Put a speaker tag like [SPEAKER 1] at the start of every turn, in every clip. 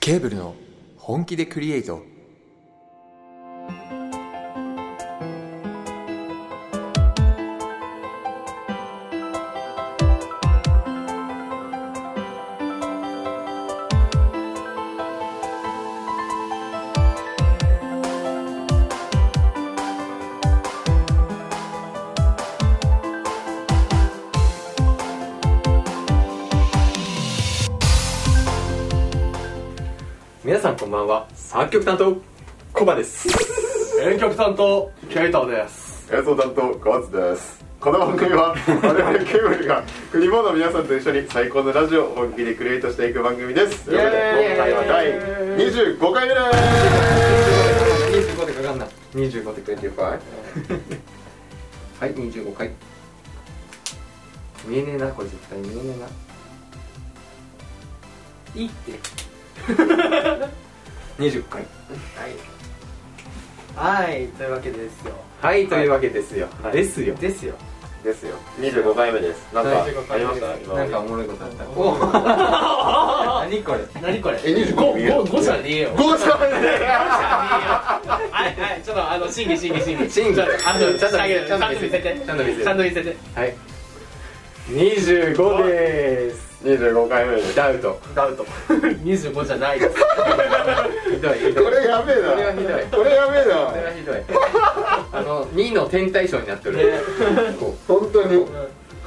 [SPEAKER 1] ケーブルの本気でクリエイト皆さんこんばんは作曲担当コバです
[SPEAKER 2] 編曲担当ケイタです
[SPEAKER 3] 映像担当河津ですこの番組は我々ケーブルがクリボーの皆さんと一緒に最高のラジオを本気でクリエイトしていく番組ですということで今回は第25回目です
[SPEAKER 1] 25でかかんな25でか
[SPEAKER 3] 25回
[SPEAKER 1] はい25回見えねえなこれ絶対見えねえないいって20回
[SPEAKER 4] はい、というわけですよ。
[SPEAKER 1] はいというわけですよ、ですよ
[SPEAKER 4] ですよ。
[SPEAKER 3] ですよ25回目ですなんか
[SPEAKER 4] 25
[SPEAKER 3] あ
[SPEAKER 4] 回
[SPEAKER 3] り
[SPEAKER 4] 目
[SPEAKER 3] ま
[SPEAKER 4] で
[SPEAKER 3] し
[SPEAKER 4] す
[SPEAKER 3] た今
[SPEAKER 1] なんかおもろいことあったお 何これ
[SPEAKER 4] 何これ。
[SPEAKER 3] え25
[SPEAKER 4] 5じゃねえよ。
[SPEAKER 3] 5じゃね
[SPEAKER 4] はいはい、ちょっとあの審議審議審議。
[SPEAKER 1] 審議
[SPEAKER 4] ちょっとあの
[SPEAKER 1] ち
[SPEAKER 4] ち
[SPEAKER 1] ゃ
[SPEAKER 4] ゃ
[SPEAKER 1] ん
[SPEAKER 4] ん
[SPEAKER 1] と
[SPEAKER 4] と
[SPEAKER 1] 見せて
[SPEAKER 4] ちゃんと見せて。
[SPEAKER 1] ちゃんと見せて
[SPEAKER 4] ちゃんと見せて。
[SPEAKER 1] はい25です
[SPEAKER 3] え25回目です
[SPEAKER 1] ダウト
[SPEAKER 4] ダウト。25じゃないです。
[SPEAKER 1] ひどいひどい
[SPEAKER 3] これやべえな
[SPEAKER 1] これはひどい
[SPEAKER 3] これやべえ
[SPEAKER 1] これは
[SPEAKER 3] な
[SPEAKER 1] ひどいあの2の天体ショーになってるこ
[SPEAKER 3] 本当に
[SPEAKER 1] う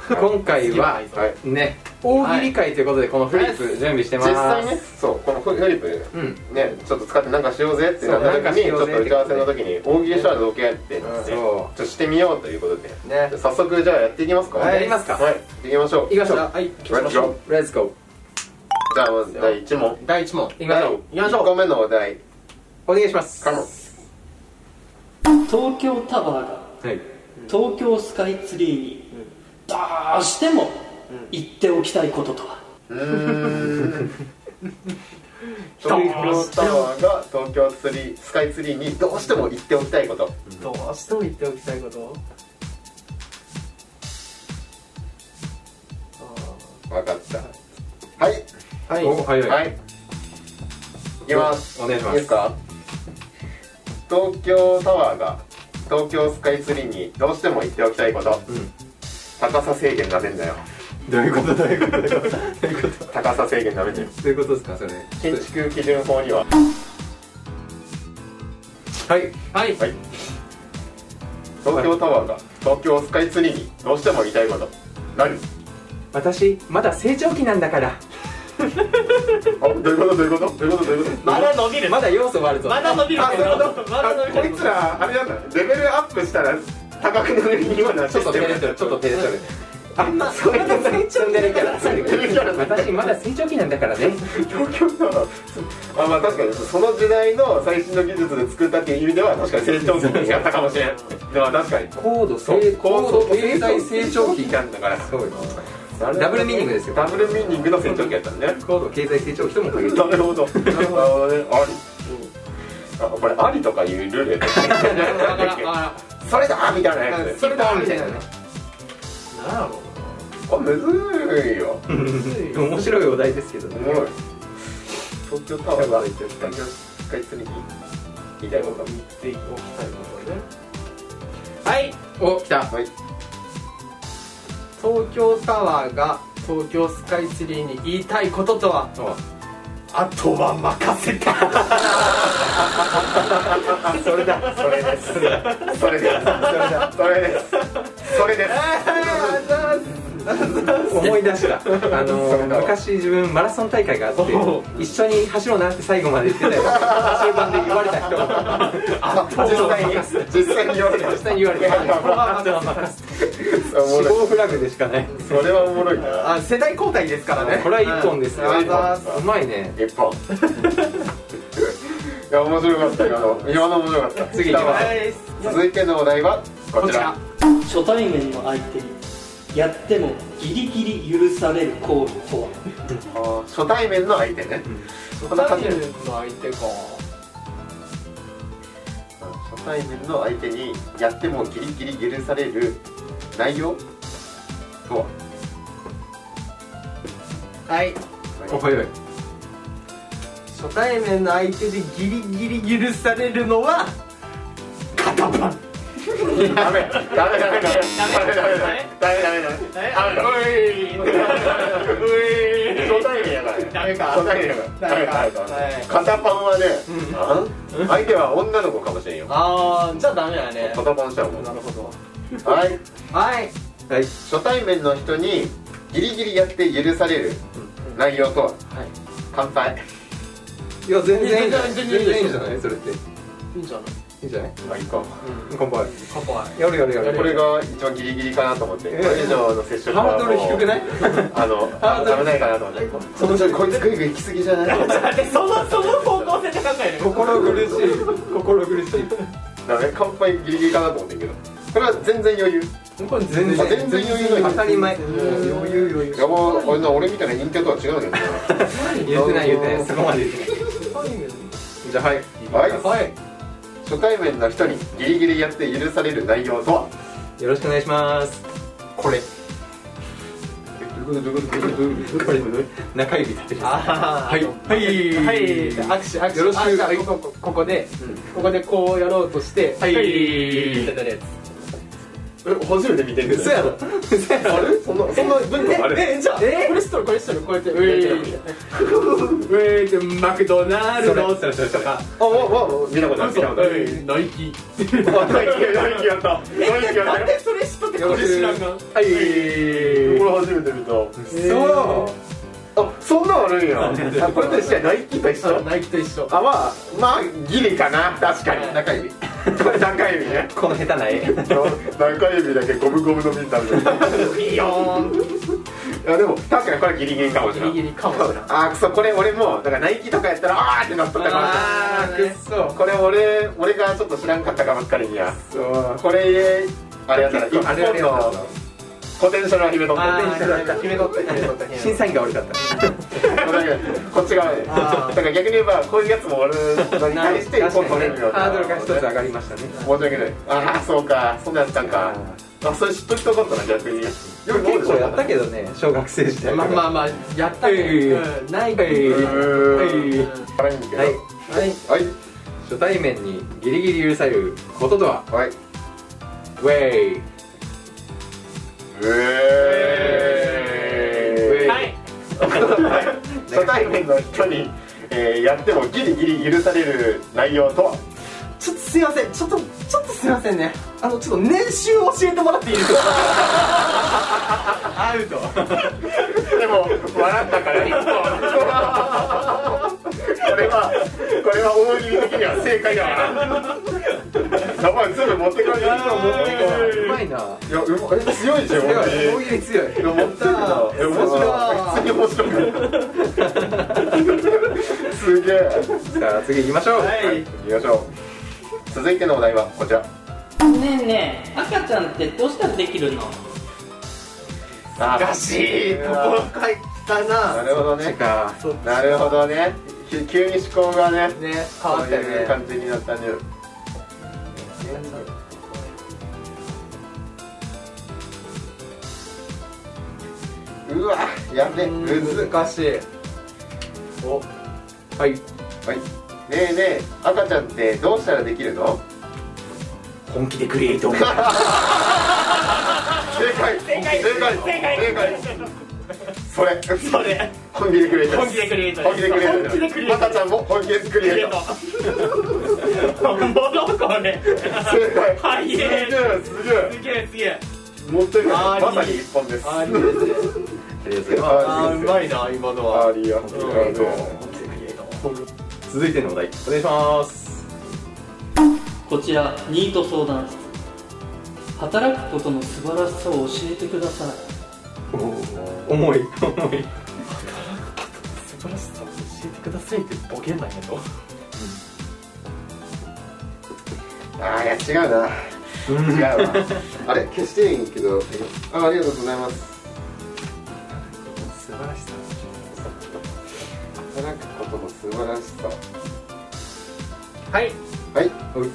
[SPEAKER 1] 今回は
[SPEAKER 3] はい
[SPEAKER 1] ね大喜利会ということでこのフリップ準備してま
[SPEAKER 3] 実
[SPEAKER 1] す
[SPEAKER 3] 際ねそうこのフリップ
[SPEAKER 1] うん
[SPEAKER 3] ね、ちょっと使ってなんかしようぜってなった時にち
[SPEAKER 1] そう
[SPEAKER 3] ょっと打ち合わせの時に大喜利したらどけってなってちょ
[SPEAKER 1] そ
[SPEAKER 3] っとしてみようということで
[SPEAKER 4] ね。
[SPEAKER 3] 早速じゃあやっていきますか
[SPEAKER 1] はいやりますか
[SPEAKER 3] はい行きましょう
[SPEAKER 1] う行きましょう
[SPEAKER 4] はい、
[SPEAKER 3] レッツゴー
[SPEAKER 1] レッツゴ
[SPEAKER 3] じゃあまず第1問
[SPEAKER 4] 第一問。
[SPEAKER 1] ー行きましょう
[SPEAKER 3] 第1個目のお題
[SPEAKER 1] お願いします
[SPEAKER 3] カモン
[SPEAKER 5] 東京タワーが
[SPEAKER 1] はい
[SPEAKER 5] 東京スカイツリーにどうしても言っておきたいこととは、
[SPEAKER 3] うーん東京タワーが東京ツリースカイツリーにどうしても行っておきたいこと
[SPEAKER 4] どうしても言っておきたいこと。
[SPEAKER 3] 分かったはい
[SPEAKER 1] はいお早い
[SPEAKER 3] はい行きます
[SPEAKER 1] お願いし
[SPEAKER 3] いい
[SPEAKER 1] ま
[SPEAKER 3] です
[SPEAKER 1] す
[SPEAKER 3] か東京タワーが東京スカイツリーにどうしても行っておきたいこと、
[SPEAKER 1] ん
[SPEAKER 3] 高さ制限なめんなよ
[SPEAKER 1] どういうことどういうことどういうことどういうこと
[SPEAKER 3] 高さ制限なめんなよ
[SPEAKER 1] どういうことですかそれ
[SPEAKER 3] 建築基準法には
[SPEAKER 1] はい
[SPEAKER 4] はい。
[SPEAKER 3] はい東京タワーが東京スカイツリーにどうしても言いたいこと何
[SPEAKER 1] 私まだ成長期なんだから
[SPEAKER 3] あどういうことどういうことどういうことどういうこと
[SPEAKER 4] まだ伸びる。
[SPEAKER 1] まだ要素はあるぞ
[SPEAKER 4] まだ伸びる
[SPEAKER 3] あ
[SPEAKER 4] け
[SPEAKER 3] そうい
[SPEAKER 4] ど
[SPEAKER 3] うこと。
[SPEAKER 4] まだ伸
[SPEAKER 3] あ
[SPEAKER 4] び
[SPEAKER 3] こ
[SPEAKER 4] るけ
[SPEAKER 3] い
[SPEAKER 4] ど。
[SPEAKER 3] つらあれなんだレベルアップしたら高くなるような
[SPEAKER 1] ちょ
[SPEAKER 3] シ
[SPEAKER 1] っと照
[SPEAKER 3] ステ
[SPEAKER 1] れ
[SPEAKER 3] ム
[SPEAKER 1] てるちょっと照れてるあんまそれが成長期だから私まだ成長期なんだからね
[SPEAKER 3] 東京タワーあまあ確かにその時代の最新の技術で作ったっていう意味では確かに成長期にやったかもしれないでは確かに
[SPEAKER 1] 高度成高度経済成長期
[SPEAKER 3] なんだから
[SPEAKER 1] そうよダブルミーニングですよ
[SPEAKER 3] ダブルミーニングの成長期やったんだね
[SPEAKER 1] 高度経済成長期とも限る
[SPEAKER 3] なるほどなるほどねありあこれありとかいうルールやったっけ
[SPEAKER 4] わからんわ か
[SPEAKER 3] それだみたいな
[SPEAKER 4] らん
[SPEAKER 3] やつ
[SPEAKER 4] それだみ
[SPEAKER 1] み
[SPEAKER 4] た
[SPEAKER 1] た
[SPEAKER 4] い
[SPEAKER 1] い
[SPEAKER 4] な
[SPEAKER 1] な
[SPEAKER 4] ね
[SPEAKER 1] ね。
[SPEAKER 4] なんだろ
[SPEAKER 3] あむずいよ
[SPEAKER 4] う
[SPEAKER 1] 面白いお題ですけど
[SPEAKER 3] お
[SPEAKER 1] ね
[SPEAKER 3] もろい東京タワーが東京スカイツリーに言いたいこと
[SPEAKER 4] 言っておきたいことね。はい。
[SPEAKER 1] お来た
[SPEAKER 3] はい
[SPEAKER 4] 東京タワーが東京スカイツリーに言いたいこととはあとは任せた
[SPEAKER 1] それだ
[SPEAKER 3] それですそれですそれですそれです
[SPEAKER 1] 思い出 したあ
[SPEAKER 3] それ
[SPEAKER 1] の
[SPEAKER 3] だわ
[SPEAKER 1] 昔自分マラソン大会があって
[SPEAKER 4] お
[SPEAKER 1] 一緒に走ろうなって最後まで言ってたよ終盤で言われた人
[SPEAKER 3] あ実際に実際に言われた
[SPEAKER 1] 実際に言われた
[SPEAKER 3] いや
[SPEAKER 1] 人
[SPEAKER 3] やば
[SPEAKER 1] あとは任せ
[SPEAKER 3] おも
[SPEAKER 1] 死
[SPEAKER 3] ろい
[SPEAKER 1] 亡フラグでしかない
[SPEAKER 3] それはおもろいな
[SPEAKER 4] あ世代交代ですからね
[SPEAKER 1] これは一本ですよ
[SPEAKER 4] うん
[SPEAKER 3] 一本
[SPEAKER 1] うまいね
[SPEAKER 3] 一本いや面白かった今の今の面白かった
[SPEAKER 1] 次行きま
[SPEAKER 4] はい
[SPEAKER 3] 続いてのお題はこ
[SPEAKER 4] こ
[SPEAKER 3] ち
[SPEAKER 4] ち
[SPEAKER 3] ら
[SPEAKER 4] ら
[SPEAKER 5] 初対面の相手にやってもギリギリ許される行為とは
[SPEAKER 3] あー初対面の相手ねこんな感じ
[SPEAKER 4] 初対面の相手か
[SPEAKER 3] 初対面の相手にやってもギリギリ許される内容とは
[SPEAKER 4] はい
[SPEAKER 1] お早い
[SPEAKER 4] 初対面の相手でギリギリ許されるのは
[SPEAKER 3] ダメダメダメダメダメダメダメダメ
[SPEAKER 4] 肩パン
[SPEAKER 3] ダメあういういう初対面やから
[SPEAKER 4] ダメか
[SPEAKER 3] 初対面やからダメダメダメ肩パンはねあん相手は女の子かもしれんよ
[SPEAKER 4] あーじゃあダメだね
[SPEAKER 3] 肩パンしたらも
[SPEAKER 4] なるほど
[SPEAKER 3] うはい
[SPEAKER 4] はい
[SPEAKER 1] はい
[SPEAKER 3] 初対面の人にギリギリやって許される内容とは
[SPEAKER 4] はい
[SPEAKER 3] 乾杯
[SPEAKER 1] いや全然いいんじゃない
[SPEAKER 4] 全
[SPEAKER 1] 全
[SPEAKER 4] 然いい
[SPEAKER 1] 然いいんじゃないそれってい
[SPEAKER 4] いいんじゃない
[SPEAKER 1] いんじゃない
[SPEAKER 3] まあいいか
[SPEAKER 1] 乾杯
[SPEAKER 4] 乾杯
[SPEAKER 1] やるやるやる
[SPEAKER 3] これが一番ギリギリかなと思ってこ
[SPEAKER 1] え
[SPEAKER 3] れ以上の接触は
[SPEAKER 1] ハードル低くない
[SPEAKER 3] あの
[SPEAKER 1] ハードル
[SPEAKER 3] 危ないかなと思ってその人こいつグイグイ行き過ぎじゃない
[SPEAKER 5] そのその方向性で考える
[SPEAKER 1] 心苦しい心苦しい
[SPEAKER 3] だね乾杯ギリギリかなと思ってんけどこれは全然余裕
[SPEAKER 1] これ全
[SPEAKER 3] 然
[SPEAKER 1] 然
[SPEAKER 3] 余裕な
[SPEAKER 1] 当
[SPEAKER 3] い
[SPEAKER 1] たり前余裕余裕
[SPEAKER 3] やば俺の俺みたいな陰キャとは違うんだけど
[SPEAKER 1] 言ってない言ってないそこまで言ってないじゃあはい
[SPEAKER 3] はい
[SPEAKER 4] はい
[SPEAKER 3] 初対面の人にギリギリやって許される内容とは
[SPEAKER 1] よろしくお願いします
[SPEAKER 3] これ
[SPEAKER 1] これ中指立てる
[SPEAKER 4] あはい
[SPEAKER 2] はい
[SPEAKER 4] はい握手握手
[SPEAKER 1] よろしく
[SPEAKER 4] あじゃあここここでここでこうやろうとしてはい
[SPEAKER 2] い
[SPEAKER 4] ってなるやつ
[SPEAKER 3] え初めて見てる
[SPEAKER 1] 嘘やろ嘘やろ
[SPEAKER 3] あれそんなそんな文化あれ
[SPEAKER 4] ええじゃあ
[SPEAKER 1] え
[SPEAKER 4] これしとるこれしとるこうやってウ
[SPEAKER 2] ェイウェイってマクドナルドとか
[SPEAKER 3] あわわわ見たことある見たことある
[SPEAKER 2] ナイキ
[SPEAKER 3] ナイキナイキやったナイキや
[SPEAKER 4] な
[SPEAKER 3] っ
[SPEAKER 4] ん
[SPEAKER 3] た
[SPEAKER 4] で
[SPEAKER 3] よ
[SPEAKER 4] それしとって
[SPEAKER 1] よ
[SPEAKER 4] こ
[SPEAKER 1] ろ
[SPEAKER 4] れ
[SPEAKER 1] し
[SPEAKER 4] 知
[SPEAKER 1] く
[SPEAKER 4] らんの
[SPEAKER 1] はい
[SPEAKER 3] これ初めて見た
[SPEAKER 1] そう
[SPEAKER 3] あそんなんあるんやあこれと一緒やナイキと一緒
[SPEAKER 4] ナイキと一緒
[SPEAKER 3] あまあまあギリかな確かに
[SPEAKER 1] 中指
[SPEAKER 3] これ中指ね
[SPEAKER 1] この下手な絵
[SPEAKER 3] 中指だけゴムゴムの瓶になる
[SPEAKER 4] ビヨーン
[SPEAKER 3] いやでも確かにこれギリギリかもしれない
[SPEAKER 4] ギリギリかもしれん
[SPEAKER 3] あーくそこれ俺もだからナイキとかやったらあーってなっとったかもし
[SPEAKER 1] あーくっそ
[SPEAKER 3] れないこれ俺俺がちょっと知らんかったかばっかりにや
[SPEAKER 1] そう
[SPEAKER 3] これあれやったら一
[SPEAKER 1] あれあ
[SPEAKER 3] 本
[SPEAKER 1] れあ
[SPEAKER 3] のポテンシャルは秘めとん
[SPEAKER 1] あ
[SPEAKER 3] ねん
[SPEAKER 1] ー
[SPEAKER 4] 決めとった決めとった
[SPEAKER 1] れ審査員が悪かった
[SPEAKER 3] こっち側でだ
[SPEAKER 4] あー
[SPEAKER 3] から逆に言えばこういうやつも俺のに対して一本取れるよ
[SPEAKER 1] ハードルが一つ上がりましたね
[SPEAKER 3] 申し訳ないああそうかそんなんやったんかあそれ知っときたかったな逆に
[SPEAKER 1] でも結構やったけどね 小学生時代
[SPEAKER 4] まあまあまあやったね
[SPEAKER 1] は
[SPEAKER 4] うんナイキ
[SPEAKER 1] は
[SPEAKER 3] う
[SPEAKER 4] うん
[SPEAKER 3] ーん辛いんだけど
[SPEAKER 1] はい
[SPEAKER 4] はい
[SPEAKER 3] はい
[SPEAKER 1] 初対面にギリギリ許されることとは
[SPEAKER 3] はい
[SPEAKER 1] ウェイ
[SPEAKER 3] うえーい
[SPEAKER 5] はい
[SPEAKER 3] 初対面の人に、えーやってもギリギリ許される内容とは
[SPEAKER 4] ちょっとすいませんちょっとちょっとすいませんねあのちょっと年収教えてもらっていいです かアウト
[SPEAKER 3] でも笑ったから一本これはこれは大喜利的には正解だ わやばい全部持ってかれる
[SPEAKER 1] うまいな
[SPEAKER 3] やうまいや強いじゃん本
[SPEAKER 1] 強
[SPEAKER 3] 当に
[SPEAKER 1] い大喜利強い
[SPEAKER 3] いや持ってるなえ面白い普通に面白いすげえ
[SPEAKER 1] さあ次行きましょう
[SPEAKER 3] はい行きましょう続いてのお題はこちら
[SPEAKER 5] ねえねえ赤ちゃんってどうしたらできるの
[SPEAKER 3] 難
[SPEAKER 4] しいところ入った
[SPEAKER 3] な
[SPEAKER 4] な
[SPEAKER 3] るほど
[SPEAKER 1] そっ
[SPEAKER 3] ね
[SPEAKER 1] か
[SPEAKER 3] なるほどねき急に思考がね
[SPEAKER 4] ね変
[SPEAKER 3] そ
[SPEAKER 4] わ
[SPEAKER 3] う
[SPEAKER 4] ったよ
[SPEAKER 3] いう
[SPEAKER 4] ね
[SPEAKER 3] 感じになったねうわやべむずっ
[SPEAKER 4] 難しいお
[SPEAKER 1] はい
[SPEAKER 3] はいねえねえ赤ちゃんってどうしたらできるの
[SPEAKER 1] 本気でクリエイト
[SPEAKER 3] 正解正解正解正解それ
[SPEAKER 5] それ
[SPEAKER 3] 本気でクリエイト
[SPEAKER 5] 本気でクリエイト
[SPEAKER 3] 本気でクリエイト
[SPEAKER 5] 本気でクリエイト
[SPEAKER 3] 赤ちゃんも本気でクリエイト
[SPEAKER 5] 本物これ
[SPEAKER 3] 正解
[SPEAKER 5] はい
[SPEAKER 3] すげえすげえ
[SPEAKER 5] すげえすげえ
[SPEAKER 3] 持ってる
[SPEAKER 4] あ
[SPEAKER 3] ま
[SPEAKER 4] ー
[SPEAKER 3] さに一本です
[SPEAKER 4] ありです
[SPEAKER 1] ありがとうござい
[SPEAKER 4] ね
[SPEAKER 1] ま
[SPEAKER 4] あーうまいな今のは
[SPEAKER 3] ありがとうございます
[SPEAKER 1] す続いてのお題お願いします
[SPEAKER 5] こちらニート相談室働くことの素晴らしさを教えてください
[SPEAKER 1] 重い重い
[SPEAKER 4] 素晴らしさを教えてくださいってボケないけど
[SPEAKER 3] あーいや違うな違うわあれ消していいんけどあーありがとうございます
[SPEAKER 1] 素晴らしさ
[SPEAKER 3] 働くことの素晴らしさ
[SPEAKER 4] はい
[SPEAKER 3] はい
[SPEAKER 1] おい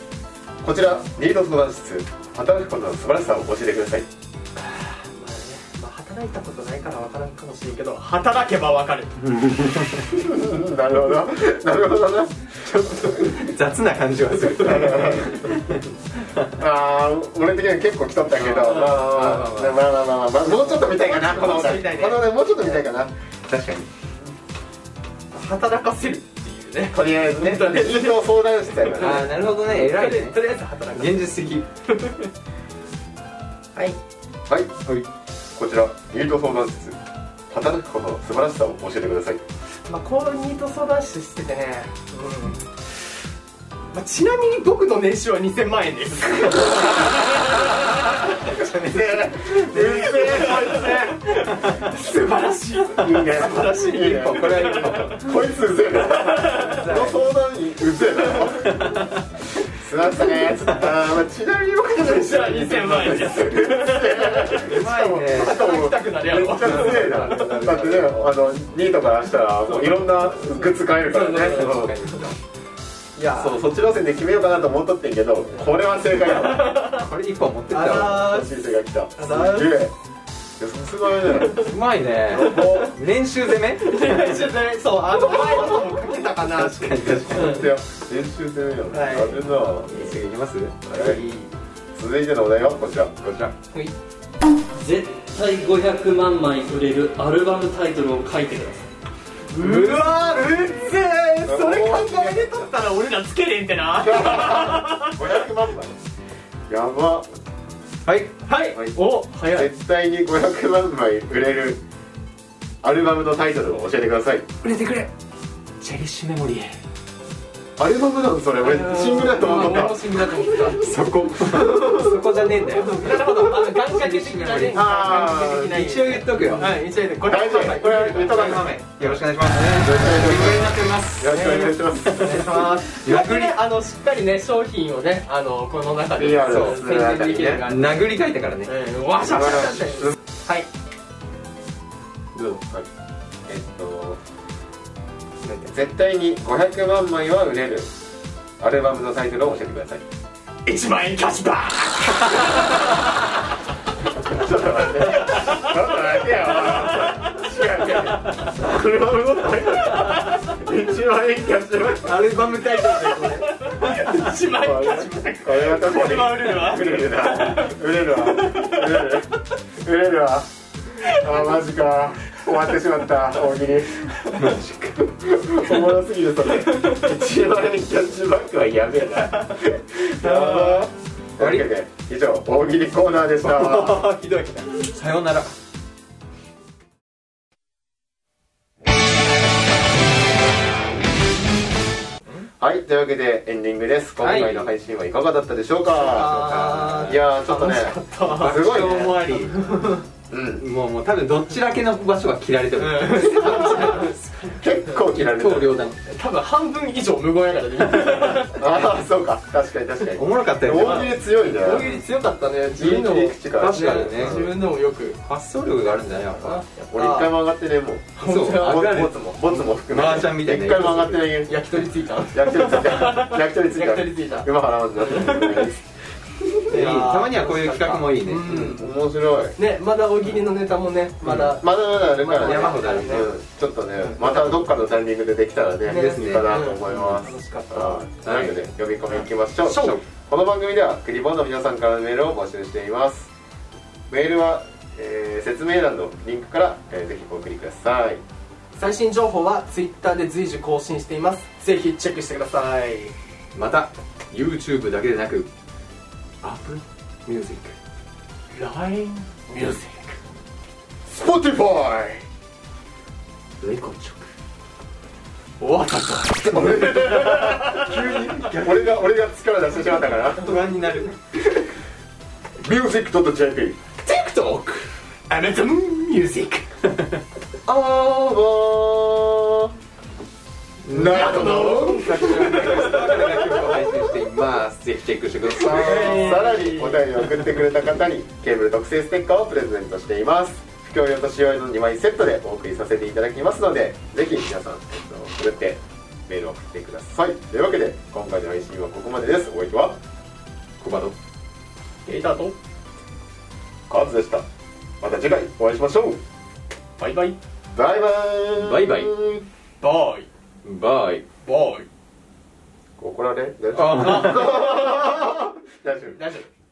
[SPEAKER 3] こちらニート相談室働くことの素晴らしさを教えてください
[SPEAKER 4] まあねまあ働働いたことないから分からんかもしれんけど働けば分かる
[SPEAKER 3] なるほど なるほどなちょっ
[SPEAKER 2] 雑な感じはする
[SPEAKER 3] とああ俺的には結構来とったけどまあまあまあまあまあまあもうちょっと見たいかなこの
[SPEAKER 4] もうちょっと
[SPEAKER 3] 俺こ
[SPEAKER 4] 見たいね
[SPEAKER 3] の俺もうちょっと見たいかな確かに
[SPEAKER 4] 働かせるっていうね
[SPEAKER 3] とりあえずね
[SPEAKER 4] 本当に
[SPEAKER 3] 一応相談室
[SPEAKER 1] あ
[SPEAKER 3] やな
[SPEAKER 1] あなるほどね偉いね
[SPEAKER 4] とりあえず働かせる
[SPEAKER 1] 現実的
[SPEAKER 4] はい
[SPEAKER 3] はいこちらニート相談室働くことの素晴らしさを教えてください
[SPEAKER 4] まあ、コールニートソーダッシュしててね、まあ、ちなみに僕の年収は2000万円です
[SPEAKER 3] いいね素晴らしいいいねこれはいい
[SPEAKER 4] 素晴らしい
[SPEAKER 3] ねこいつうぜえなこの相談員うぜえなすましたねあーまあちなみに僕の
[SPEAKER 4] 年収は2000万円です
[SPEAKER 1] うまいね
[SPEAKER 4] 働きたくなるや
[SPEAKER 3] めっち
[SPEAKER 4] ろ
[SPEAKER 3] ゃ強いな。だってね、あの、ニートからしたら、もういろんなグッズ買えるからね。
[SPEAKER 4] いや
[SPEAKER 3] そう、そっち路線で決めようかなと思っとってんけど、これは正解だわ。
[SPEAKER 1] これ一本持ってっ
[SPEAKER 4] あ
[SPEAKER 1] たわ
[SPEAKER 4] ら
[SPEAKER 3] 欲しい人が来た。す
[SPEAKER 4] だ
[SPEAKER 3] げえ。いや、さすがやね。
[SPEAKER 1] うまいね練習攻め
[SPEAKER 4] ーちょっとねそうあの前のともかけたかな
[SPEAKER 1] 確かに確かに
[SPEAKER 3] いや、練習攻めよ。
[SPEAKER 4] はい
[SPEAKER 3] やるな。は
[SPEAKER 1] 次いきます
[SPEAKER 3] い。続いてのお題はこちら。こちら。
[SPEAKER 5] 絶対500万枚売れるアルバムタイトルを書いてくださ
[SPEAKER 4] うわーうっせえそれ考えてとったら俺らつけれんってな
[SPEAKER 3] 500万枚。やば。
[SPEAKER 1] はい
[SPEAKER 4] はい、お早い
[SPEAKER 3] 絶対に500万枚売れるアルバムのタイトルを教えてください
[SPEAKER 4] 売れてくれ
[SPEAKER 2] チェリッシュメモリー
[SPEAKER 3] アルバムなのそれ俺シングルだと思っ
[SPEAKER 4] 俺
[SPEAKER 3] た
[SPEAKER 4] も死んだと思った
[SPEAKER 3] そこ
[SPEAKER 1] そこじゃねえんだよ
[SPEAKER 4] なるほど、あの、願掛け的なね。
[SPEAKER 3] あー
[SPEAKER 4] 願掛け的な意味
[SPEAKER 1] 一応言っとくよ
[SPEAKER 4] はい、一応言って、これ、
[SPEAKER 3] 大丈夫これはネタバレよ
[SPEAKER 1] よろしくお願いします
[SPEAKER 3] ろしくお願いします
[SPEAKER 4] お願いします。やっぱりね、あの、しっかりね、商品をね、あの、この中で、
[SPEAKER 3] PR
[SPEAKER 4] そう、
[SPEAKER 3] す
[SPEAKER 4] 宣
[SPEAKER 3] るあた
[SPEAKER 4] 伝
[SPEAKER 3] り
[SPEAKER 4] で
[SPEAKER 3] ね
[SPEAKER 4] きるから。うん、
[SPEAKER 1] 殴り書いたからね
[SPEAKER 4] わしゃわしゃわしゃわしゃ。はい、
[SPEAKER 3] どうぞはいえっと絶対に500万枚は売れるアルバムのタイトルを教えてください
[SPEAKER 4] 一万円キャッシュバッ
[SPEAKER 3] ちょっと待ってちょっと待ってよ違う違う車のことない1万円キャッシュバック
[SPEAKER 1] アルバムタイトルで
[SPEAKER 4] ク。一万円キャッシュ
[SPEAKER 3] これは確かに
[SPEAKER 4] これは売れるわ
[SPEAKER 3] 売れるな売れるわ売れる売れるわあマジか終わってしまった大喜利マジかおもろすぎるそれ一番キャッチバックはやべえなやばというわけで以上大喜利コーナーでした
[SPEAKER 4] バック。ひどい。
[SPEAKER 1] さようなら
[SPEAKER 3] はいというわけでエンディングです今回の配信はいかがだったでしょうか、
[SPEAKER 4] あ
[SPEAKER 3] い、やーちょっとねすごい
[SPEAKER 1] 今日も
[SPEAKER 3] ね
[SPEAKER 1] あり
[SPEAKER 3] うん
[SPEAKER 1] もうもう多分どっちだけの場所が切られてる
[SPEAKER 3] 結構切られた
[SPEAKER 1] 超両断
[SPEAKER 4] 多分半分以上無言やからね。
[SPEAKER 3] ああそうか確かに確かに
[SPEAKER 1] おもろかったよね
[SPEAKER 3] 大喜利強いね
[SPEAKER 4] 大喜利強かったね。自
[SPEAKER 3] 自
[SPEAKER 4] 分
[SPEAKER 3] 分
[SPEAKER 4] の
[SPEAKER 3] の
[SPEAKER 4] も。
[SPEAKER 3] 口から
[SPEAKER 1] 確かにね
[SPEAKER 4] 自分のもよく。
[SPEAKER 1] 発想力があるんじゃないやっぱ
[SPEAKER 3] 俺一回も上がってねえもん
[SPEAKER 1] そう
[SPEAKER 4] 上がる
[SPEAKER 3] ボツもボツも含め
[SPEAKER 1] マージャンみたいな
[SPEAKER 3] 一回も上がってない焼
[SPEAKER 4] 焼き鳥ついた。
[SPEAKER 3] き鳥ついた焼き鳥ついた
[SPEAKER 4] 焼き鳥ついた
[SPEAKER 3] 馬原まずなって
[SPEAKER 1] いいたまにはこういう企画もいいね
[SPEAKER 4] うん
[SPEAKER 3] 面白い
[SPEAKER 4] ね、まだ大喜利のネタもね、まだ。
[SPEAKER 3] まだまだあるからね
[SPEAKER 1] 山ほどある
[SPEAKER 3] うん
[SPEAKER 1] ね
[SPEAKER 3] ちょっとねまたどっかのタイミングでできたらね
[SPEAKER 4] ね
[SPEAKER 3] いいかなと思います
[SPEAKER 4] 楽しかった。
[SPEAKER 3] はいというわけで呼び込みいきましょう
[SPEAKER 4] しょう
[SPEAKER 3] この番組ではクリボーの皆さんからのメールを募集していますメールは、えー説明欄のリンクから、えーぜひお送りください
[SPEAKER 4] 最新情報は Twitter で随時更新していますぜひチェックしてください
[SPEAKER 1] また YouTube だけでなく Apple Music
[SPEAKER 4] LINE ミュージック
[SPEAKER 3] Spotify
[SPEAKER 1] レコチョ
[SPEAKER 4] 終わったか
[SPEAKER 3] 俺が俺が力出してしまったから
[SPEAKER 1] ク不安になる
[SPEAKER 3] music.jp
[SPEAKER 4] TikTok アナザムミュージック
[SPEAKER 3] あーなどの
[SPEAKER 1] 配信していますぜひチェックしてください
[SPEAKER 3] さらにお便りを送ってくれた方にケーブル特製ステッカーをプレゼントしています不況用と使用用の2枚セットでお送りさせていただきますのでぜひ皆さん、えっと、送ってメールを送ってくださいというわけで今回の配信はここまでですお相手は
[SPEAKER 1] コバド
[SPEAKER 4] ゲイターと
[SPEAKER 3] カズでした
[SPEAKER 1] バイバイ
[SPEAKER 3] また次回お会いしましょう
[SPEAKER 4] バイバイ
[SPEAKER 3] バイバイ
[SPEAKER 1] バイバイ
[SPEAKER 4] バイ
[SPEAKER 1] バイ
[SPEAKER 4] バイ
[SPEAKER 3] 怒られ大丈夫
[SPEAKER 4] あ
[SPEAKER 3] 大丈夫
[SPEAKER 4] 大丈夫